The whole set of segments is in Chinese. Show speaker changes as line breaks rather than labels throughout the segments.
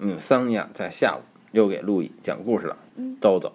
嗯，桑尼亚在下午又给路易讲故事了。
嗯
豆豆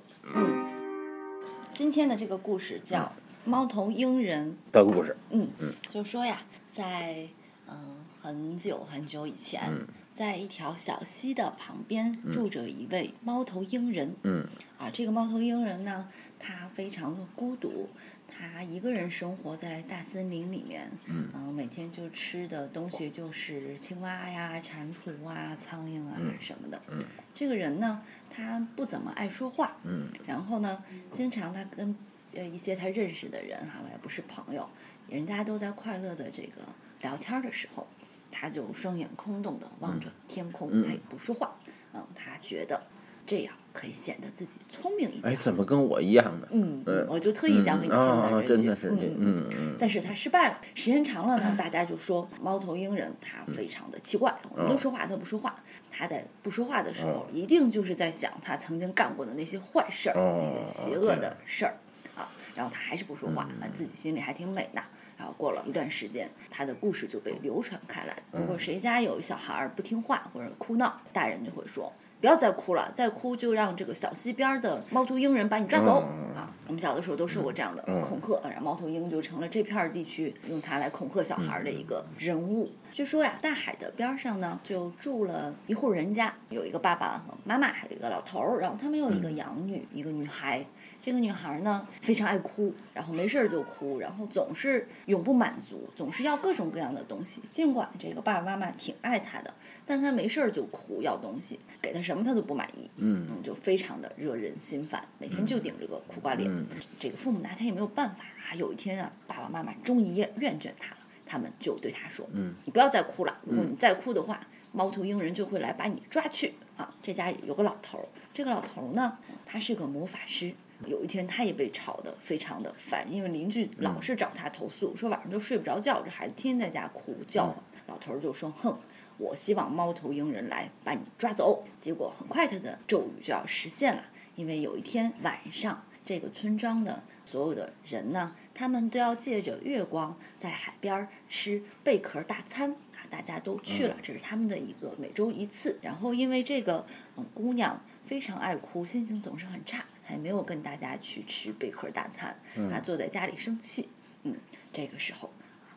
今天的这个故事叫《猫头鹰人
的故事，》。
嗯，
嗯
就说呀，在嗯很久很久以前，
嗯
在一条小溪的旁边住着一位猫头鹰人。
嗯
啊，这个猫头鹰人呢，他非常的孤独，他一个人生活在大森林里面，
嗯
呃每天就吃的东西就是青蛙呀、蟾蜍啊、苍蝇啊
嗯
什么的。
嗯
这个人呢，他不怎么爱说话，
嗯
然后呢，经常他跟呃一些他认识的人哈，也不是朋友，人家都在快乐的这个聊天儿的时候，他就双眼空洞的望着天空，
嗯
他也不说话，嗯，他觉得这样可以显得自己聪明一点。
哎，怎么跟我一样呢？
嗯，
嗯
我就特意讲给你听
嗯哦
的
哦
这
真
句，
的是这，
嗯
嗯嗯
但是他失败了。时间长了呢，大家就说猫头鹰人他非常的奇
嗯
怪，我们都说话他不说话。他在不说话的时候
哦，
一定就是在想他曾经干过的那些坏事儿、
哦
那些邪
这
恶
样
的事儿啊。然后他还是不说话，
嗯
啊自己心里还挺美呢。然后过了一段时间，他的故事就被流传开来。如
嗯
果谁家有小孩儿不听话或者哭闹，大人就会说。不要再哭了，再哭就让这个小溪边儿的猫头鹰人把你抓走、
嗯
啊！我们小的时候都受过这样的
嗯
恐吓，然后猫头鹰就成了这片儿地区用它来恐吓小孩
嗯
儿的一个人物。据说呀，大海的边儿上呢，就住了一户人家，有一个爸爸、妈妈，还有一个老头儿，然后他们有一
嗯
个养女，一个女孩。这个女孩呢，非常爱哭，然后没事儿就哭，然后总是永不满足，总是要各种各样的东西。尽管这个爸爸妈妈挺爱她的，但她没事儿就哭要东西，给她什么她都不满意。
嗯
嗯，就非常的惹人心烦，每天就顶着个苦瓜脸。
嗯
这个父母拿他也没有办法啊。有一天啊，爸爸妈妈终于厌厌倦他了，他们就对他说：“
嗯，
你不要再哭了，如果你再哭的话，猫头鹰人就会来把你抓去啊。”这家有个老头儿，这个老头儿呢，他是个魔法师。有一天，他也被吵得非常的烦，因为邻居老是找他投诉，说晚上都睡不着觉，这孩子天天在家哭叫唤。老头儿就说：“哼，我希望猫头鹰人来把你抓走。结果很快他的咒语就要实现了，因为有一天晚上，这个村庄的所有的人呢，他们都要借着月光在海边儿吃贝壳大餐啊，大家都去了，这是他们的一个每周一次。然后因为这个嗯姑娘非常爱哭，心情总是很差，她也没有跟大家去吃贝壳大餐，她坐在家里生气。嗯，这个时候。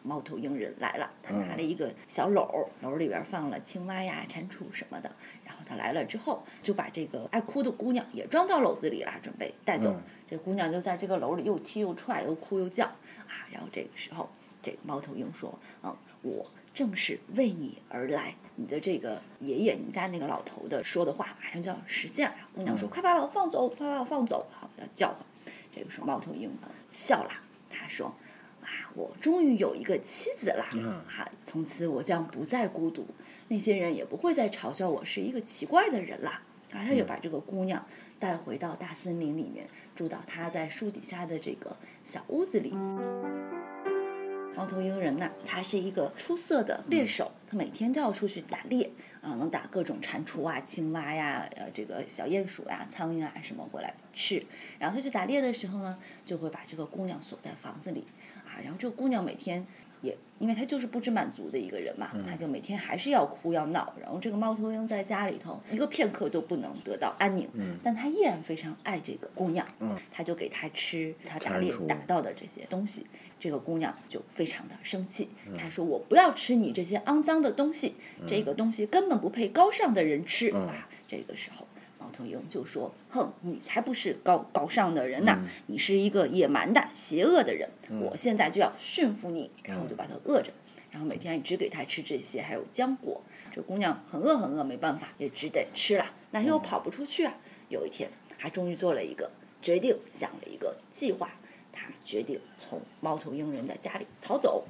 猫头鹰人来了，他拿了一个小篓儿，篓儿里边放了青蛙呀、蟾蜍什么的。然后他来了之后，就把这个爱哭的姑娘也装到篓子里了，准备带走。
嗯
这姑娘就在这个篓里又踢又踹，又哭又叫啊。然后这个时候，这个猫头鹰说：“嗯，我正是为你而来。”你的这个爷爷，你家那个老头的说的话马上就要实现了。姑娘说：“快把我放走，快把我放走！”好，要叫唤。这个时候，猫头鹰呃笑了，他说：“啊，我终于有一个妻子啦！啊，从此我将不再孤独，那些人也不会再嘲笑我是一个奇怪的人啦。啊，他也把这个姑娘带回到大森林里面，住到他在树底下的这个小屋子里。猫头鹰人呐、他是一个出色的猎手，他每天都要出去打猎啊，能打各种蟾蜍啊、青蛙呀、呃这个小鼹鼠呀、苍蝇啊什么回来吃。然后他去打猎的时候呢，就会把这个姑娘锁在房子里啊，然后这个姑娘每天也，因为她就是不知满足的一个人嘛，她就每天还是要哭要闹，然后这个猫头鹰在家里头一个片刻都不能得到安宁，但他依然非常爱这个姑娘，他就给她吃他打猎
蟾蜍
打到的这些东西。这个姑娘就非常的生气，她说：“我不要吃你这些肮脏的东西，这个东西根本不配高尚的人吃、啊！”这个时候，猫头鹰就说：“哼，你才不是高高尚的人呐、你是一个野蛮的、邪恶的人，我现在就要驯服你。”然后就把它饿着，然后每天只给它吃这些，还有浆果。这姑娘很饿很饿，没办法，也只得吃了。那又跑不出去啊。有一天，她终于做了一个决定，想了一个计划。她决定从猫头鹰人的家里逃走。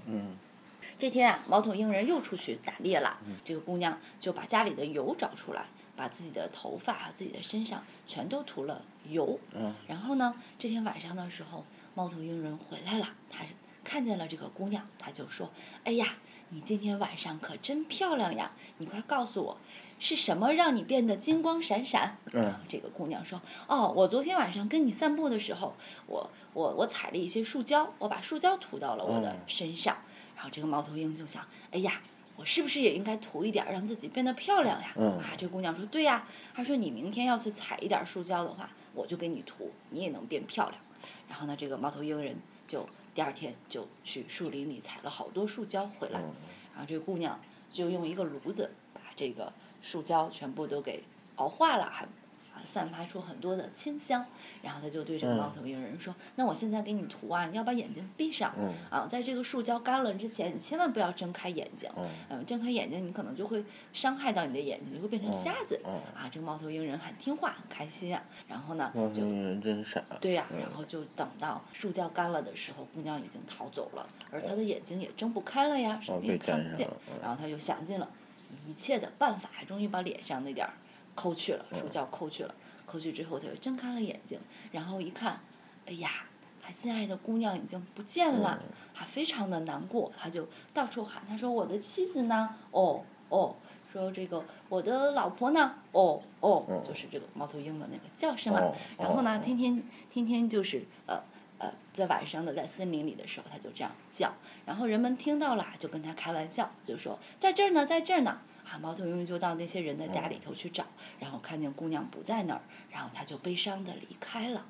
这天啊，猫头鹰人又出去打猎了。这个姑娘就把家里的油找出来，把自己的头发和自己的身上全都涂了油。然后呢，这天晚上的时候，猫头鹰人回来了，他看见了这个姑娘，他就说：“哎呀，你今天晚上可真漂亮呀！你快告诉我，是什么让你变得金光闪闪？”
嗯
这个姑娘说：“哦，我昨天晚上跟你散步的时候，我我我采了一些树胶，我把树胶涂到了我的
嗯
身上。然后这个猫头鹰就想：“哎呀，我是不是也应该涂一点儿，让自己变得漂亮呀？
嗯
啊，这姑娘说对呀，她说你明天要去采一点儿树胶的话，我就给你涂，你也能变漂亮。然后呢，这个猫头鹰人就第二天就去树林里采了好多树胶回来，
嗯
然后这个姑娘就用一个炉子把这个树胶全部都给熬化了，还啊散发出很多的清香。然后她就对这个
嗯
猫头鹰人说：“那我现在给你涂啊，你要把眼睛闭上。
嗯
啊，在这个树胶干了之前，你千万不要睁开眼睛。
嗯
嗯，睁开眼睛，你可能就会伤害到你的眼睛，就会变成瞎子。
嗯
啊，这个猫头鹰人很听话，很开心啊。然后呢，
猫头
就
鹰人真傻。
对呀、
嗯
然后就等到树胶干了的时候，姑娘已经逃走了，而她的眼睛也睁不开了呀，什
哦
么也
被
看
粘
不
上
见
了。嗯
然后她就想尽了一切的办法，终于把脸上那点儿抠去了，
嗯
树胶抠去了。抠去之后，她就睁开了眼睛，然后一看，哎呀，她心爱的姑娘已经不见了，
嗯
她非常的难过，她就到处喊，她说：“我的妻子呢？哦哦。”说这个我的老婆呢？哦哦，
嗯
就是这个猫头鹰的那个叫声啊。
哦，
然后呢
哦，
天天天天就是呃呃，在晚上的在森林里的时候，它就这样叫，然后人们听到了就跟他开玩笑，就说在这儿呢，在这儿呢。啊，猫头鹰就到那些人的家里头去找，然后看见姑娘不在那儿，然后他就悲伤的离开了。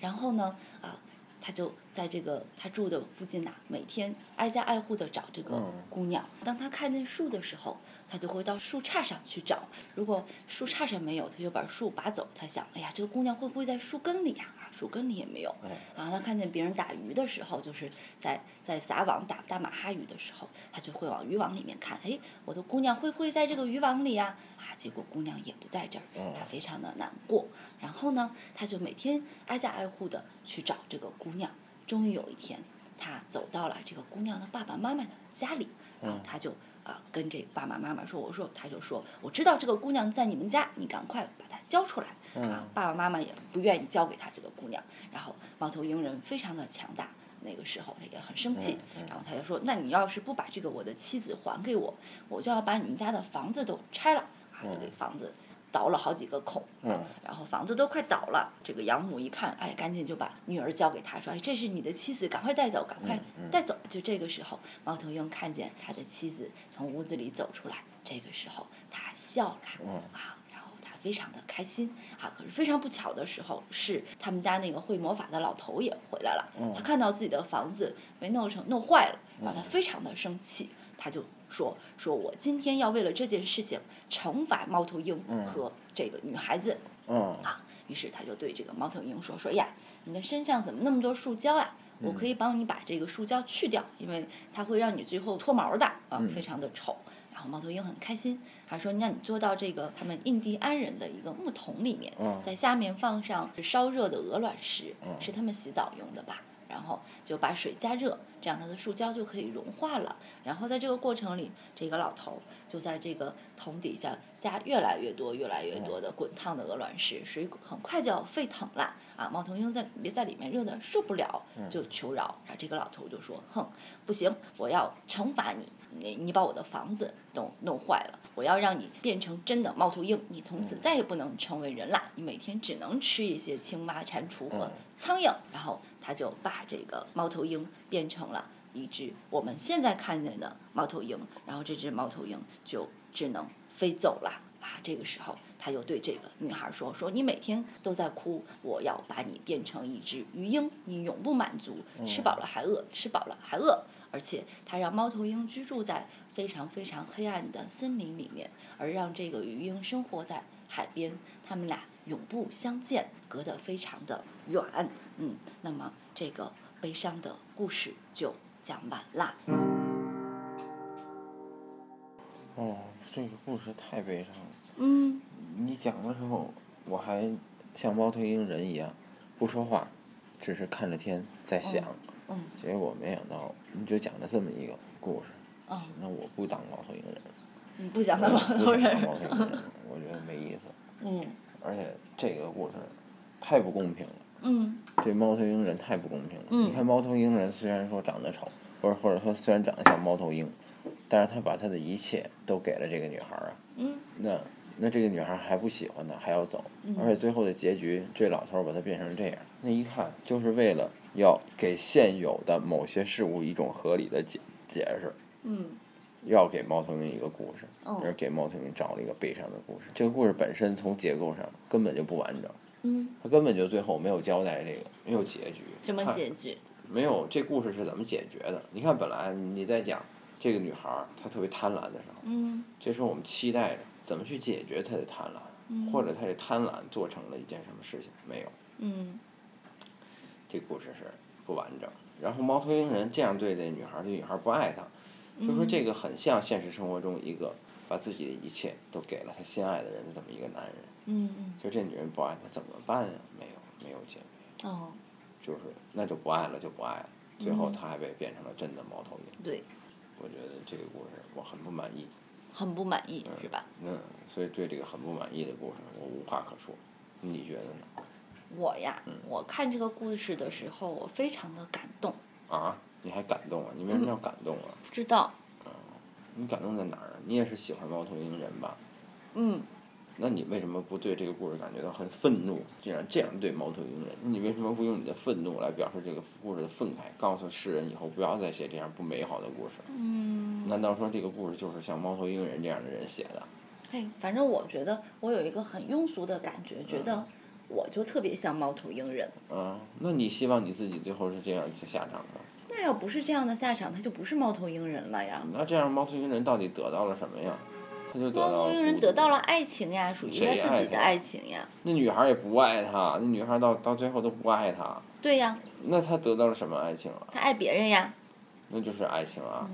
然后呢，啊，他就在这个他住的附近呐、每天挨家挨户的找这个
嗯
姑娘。当他看见树的时候，他就会到树杈上去找。如果树杈上没有，他就把树拔走。他想，哎呀，这个姑娘会不会在树根里呀、啊？树根里也没有。然后他看见别人打鱼的时候，就是在在撒网打大马哈鱼的时候，他就会往渔网里面看，哎，我的姑娘会不会在这个渔网里呀、啊？结果姑娘也不在这儿，他非常的难过。然后呢，他就每天挨家挨户的去找这个姑娘。终于有一天，他走到了这个姑娘的爸爸妈妈的家里，然后他就啊、跟这爸爸妈妈说：“我说，他就说我知道这个姑娘在你们家，你赶快把她交出来。”啊，爸爸妈妈也不愿意交给他这个姑娘。然后猫头鹰人非常的强大，那个时候他也很生气，然后他就说：“那你要是不把这个我的妻子还给我，我就要把你们家的房子都拆了。”啊，就给房子倒了好几个孔，
嗯
然后房子都快倒了，这个养母一看，哎，赶紧就把女儿交给他，说：“哎，这是你的妻子，赶快带走，赶快带走。就这个时候，猫头鹰看见他的妻子从屋子里走出来，这个时候他笑了，啊，然后他非常的开心啊。可是非常不巧的时候，是他们家那个会魔法的老头也回来了，他看到自己的房子被弄成弄坏了，然后他非常的生气，他就说：“说我今天要为了这件事情惩罚猫头鹰和这个女孩子。
嗯
啊，于是他就对这个猫头鹰说：“说呀，你的身上怎么那么多树胶呀、我可以帮你把这个树胶去掉，因为它会让你最后脱毛的啊，非常的丑。”然后猫头鹰很开心，还说：“那你坐到这个他们印第安人的一个木桶里面，
哦
在下面放上烧热的鹅卵石，是他们洗澡用的吧？”然后就把水加热，这样它的树胶就可以融化了。然后在这个过程里，这个老头儿就在这个桶底下加越来越多、越来越多的滚烫的鹅卵石，水很快就要沸腾了啊！猫头鹰在在里面热的受不了，就求饶。然后这个老头就说：“哼，不行，我要惩罚你，你你把我的房子都弄坏了，我要让你变成真的猫头鹰，你从此再也不能成为人啦，你每天只能吃一些青蛙、蟾蜍和苍蝇。”然后他就把这个猫头鹰变成了。一只我们现在看见的猫头鹰，然后这只猫头鹰就只能飞走了啊。这个时候，他就对这个女孩说：“说你每天都在哭，我要把你变成一只鱼鹰，你永不满足，吃饱了还饿，吃饱了还饿。”而且，他让猫头鹰居住在非常非常黑暗的森林里面，而让这个鱼鹰生活在海边，他们俩永不相见，隔得非常的远。嗯，那么这个悲伤的故事就讲完啦。
哦，这个故事太悲伤了。
嗯，
你讲的时候，我还像猫头鹰人一样，不说话，只是看着天在想。
嗯
结果没想到你就讲了这么一个故事。
哦
那我不当猫头鹰人，
你不想
我
当
嗯不想
老头
当
人？
猫头鹰人，我觉得没意思。
嗯
而且这个故事太不公平了。
嗯
对猫头鹰人太不公平了。
嗯
你看猫头鹰人虽然说长得丑，或者或者说虽然长得像猫头鹰，但是他把他的一切都给了这个女孩儿啊。
嗯
那那这个女孩儿还不喜欢他，还要走，而且最后的结局，这老头儿把她变成这样，那一看就是为了要给现有的某些事物一种合理的解解释。
嗯
要给猫头鹰一个故事，
嗯
而给猫头鹰找了一个悲伤的故事。这个故事本身从结构上根本就不完整，
嗯，
它根本就最后没有交代这个，没有结局。
什么
它
结局？
没有这故事是怎么解决的？你看，本来你在讲这个女孩儿她特别贪婪的时候，
嗯
这时候我们期待着怎么去解决她的贪婪，
嗯，
或者她的贪婪做成了一件什么事情？没有，
嗯
这故事是不完整。然后猫头鹰人这样对待女孩儿，这女孩儿不爱他，
嗯
就说这个很像现实生活中一个把自己的一切都给了他心爱的人的这么一个男人。
嗯嗯
就这女人不爱他怎么办呀？没有，没有结果，
哦，
就是那就不爱了，就不爱了。最后
嗯
他还被变成了真的猫头鹰。
对，
我觉得这个故事我很不满意，
很不满意是吧？
嗯，所以对这个很不满意的故事我无话可说。你觉得呢？
我呀，我看这个故事的时候，我非常的感动，
啊，你还感动啊？你为什么要感动啊？
不知道，
你感动在哪儿啊？你也是喜欢猫头鹰人吧？
嗯，
那你为什么不对这个故事感觉到很愤怒？竟然这样对猫头鹰人，你为什么不用你的愤怒来表示这个故事的愤慨？告诉世人以后不要再写这样不美好的故事。
嗯，
难道说这个故事就是像猫头鹰人这样的人写的？
嘿，反正我觉得我有一个很庸俗的感觉，觉
嗯
得我就特别像猫头鹰人。
啊，那你希望你自己最后是这样一个下场吗？
那要不是这样的下场，他就不是猫头鹰人了呀。
那这样猫头鹰人到底得到了什么呀？他就得
猫
到
头
了
鹰人
孤
得
独
到了爱情呀，属于他
谁
自己的
爱
爱情呀。
那女孩也不爱他，那女孩到到最后都不爱他，
对呀，
那他得到了什么爱情啊？
他爱别人呀。
那就是爱情
嗯
啊。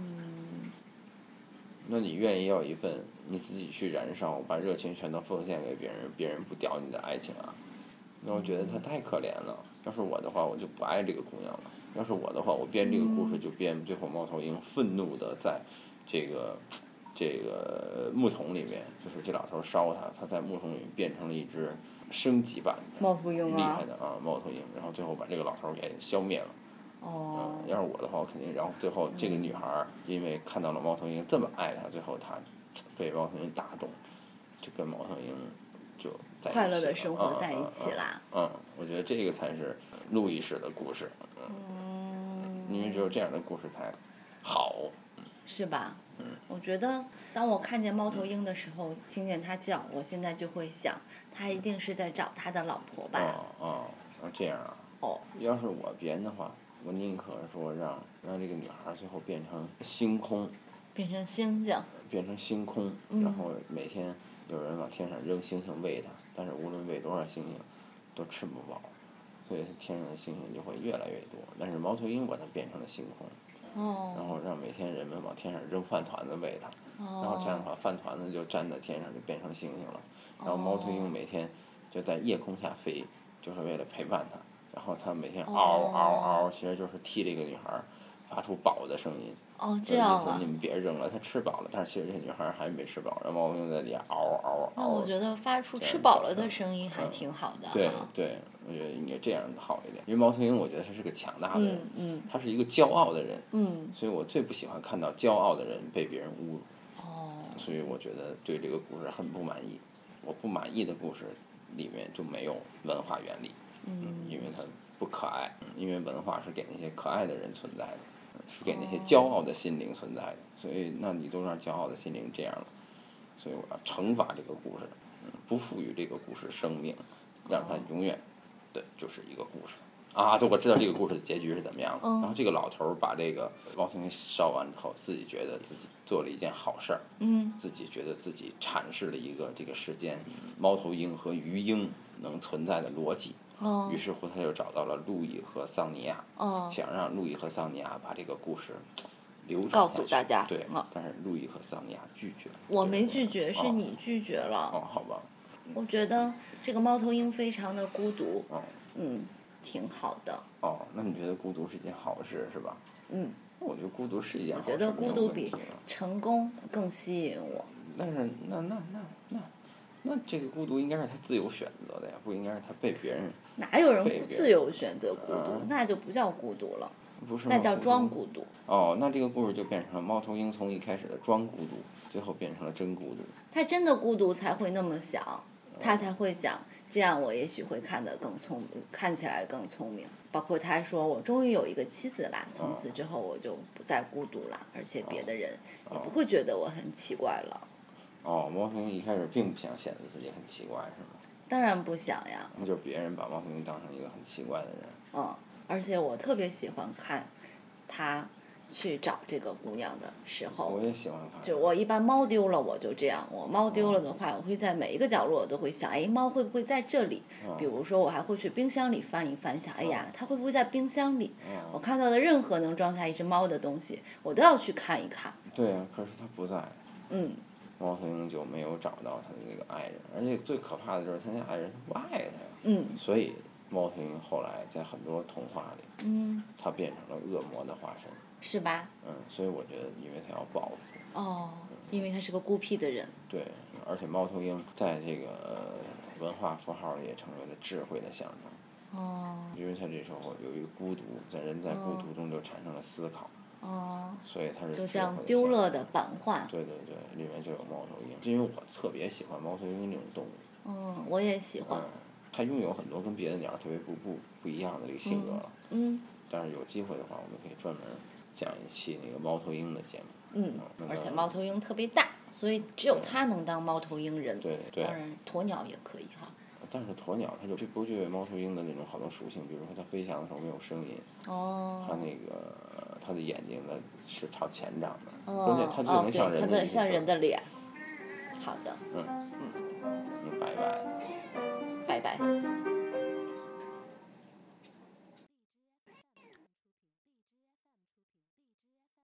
那你愿意要一份你自己去燃烧，把热情全都奉献给别人，别人不屌你的爱情啊？那我觉得他太可怜了。要是我的话，我就不爱这个姑娘了。要是我的话，我编这个故事就编最后猫头鹰愤怒的在这个这个木桶里面，就是这老头烧他，他在木桶里变成了一只升级版的
猫头鹰
厉害的啊猫头鹰，然后最后把这个老头给消灭了。
哦
嗯，要是我的话，我肯定，然后最后这个女孩儿因为看到了猫头鹰这么爱她，最后她被猫头鹰打动，就跟猫头鹰就在一起
快乐的生活在一起
了。
啦。
嗯嗯嗯嗯，我觉得这个才是路易式的故事，因为只有这样的故事才好。
是吧？
嗯
我觉得当我看见猫头鹰的时候，听见它叫，我现在就会想，它一定是在找它的老婆
啊
吧？
啊啊！这样啊，
哦，
要是我编的话，我宁可说让让这个女孩儿最后变成星空，
变成星星，
变成星空，然后每天有人往天上扔星星喂它，但是无论喂多少星星，都吃不饱，所以天上的星星就会越来越多。但是猫头鹰把它变成了星空，然
哦，
后让每天人们往天上扔饭团子喂它，然后这样的
哦，
话饭团子就粘在天上就变成星星了。然后猫头鹰每天就在夜空下飞，就是为了陪伴它。然后它每天嗷嗷嗷，其实就是替这个女孩儿发出饱的声音。
哦，
就
这
是
样
说
啊
你。们别扔了，她吃饱了，但是其实这女孩儿还没吃饱，然后我用在里嗷嗷
那我
嗷。
觉得发出
哦这样
吃饱
早
了的
上
声音还
嗯
挺好的
对
哈。
对，我觉得应该这样好一点。因为猫头鹰，我觉得他是个强大的人，
嗯嗯
他是一个骄傲的人，
嗯，
所以我最不喜欢看到骄傲的人被别人侮辱，
哦，
所以我觉得对这个故事很不满意。我不满意的故事里面就没有文化原理，嗯，因为它不可爱，嗯因为文化是给那些可爱的人存在的，嗯是给那些骄傲的心灵存在的，所以那你都让骄傲的心灵这样了，所以我要惩罚这个故事，嗯，不赋予这个故事生命，让它永远的就是一个故事。啊，对，我知道这个故事的结局是怎么样了。
嗯
然后这个老头儿把这个汪曾祺烧完之后，自己觉得自己做了一件好事儿，
嗯
自己觉得自己阐释了一个这个世间猫头鹰和鱼鹰能存在的逻辑，
哦
于是乎他就找到了路易和桑尼亚，
哦，
想让路易和桑尼亚把这个故事流传
告
下
诉
去
大家
对
嗯，
但是路易和桑尼亚拒绝。
我
对
没拒绝，是
哦
你拒绝
哦，
了。
好吧，
我觉得这个猫头鹰非常的孤独，
哦
嗯，挺好的，
哦，那你觉得孤独是一件好事是吧？
嗯。
那我觉得孤独是一件好事，
我觉得
没
孤
有
独
问
比
题啊
成功更吸引我。
但是那那那那那这个孤独应该是他自由选择的呀，不应该是他被别人
哪有
对
人
对
自由选择孤
啊
独？那就不叫孤独了，
不是
那
吗
叫
独
装
吗
嗯孤独。
哦，那这个故事就变成了猫头鹰从一开始的装孤独，最后变成了真孤独。
他真的孤独才会那么想。他才会想，这样我也许会看得更聪明，看起来更聪明。包括他说，我终于有一个妻子啦，从此之后我就不再孤独啦，而且别的人也不会觉得我很奇怪了。
哦，猫头鹰一开始并不想显得自己很奇怪，是吗？
当然不想呀，
那就是别人把猫头鹰当成一个很奇怪的人。
嗯，而且我特别喜欢看他去找这个姑娘的时候
我，也喜欢看，
哦就我一般猫丢了，我就这样。我猫丢了的话，我会在每一个角落我都会想，哎，猫会不会在这里？比如说，我还会去冰箱里翻一翻，想，哎呀，它会不会在冰箱里？我看到的任何能装下一只猫的东西，我都要去看一看。
对啊，可是他不在，
嗯，
猫头鹰就没有找到他的那个爱人，而且最可怕的就是他那爱人他不爱他呀，
嗯
所以猫头鹰后来在很多童话里，
嗯，
它变成了恶魔的化身。
是吧？
嗯，所以我觉得，因为它要报复，
哦，因为它是个孤僻的人。
对，而且猫头鹰在这个呃文化符号里也成为了智慧的象征。
哦
因为他这时候由于孤独，在人在孤独中就产生了思考，
哦，
所以他是
就
智慧
像
的
丢
象
了
征
的。版画。
对对对，里面就有猫头鹰，是因为我特别喜欢猫头鹰这种动物，
嗯，我也喜欢
嗯。，它拥有很多跟别的鸟儿特别不不不一样的这个性格了。
嗯
但是有机会的话，我们可以专门讲一期那个猫头鹰的节目。
嗯，
那
而且
个
猫头鹰特别大，所以只有它能当猫头鹰人。
对对
当，然，鸵鸟也可以哈。
但是鸵鸟它就不具备猫头鹰的那种好多属性，比如说它飞翔的时候没有声音，它
哦，
那个它的眼睛呢是朝前长的，关
哦
键它最
哦，
能像
对，它
人的
的
一
像
个嗯
人的脸。好的，
嗯，拜拜。
拜拜。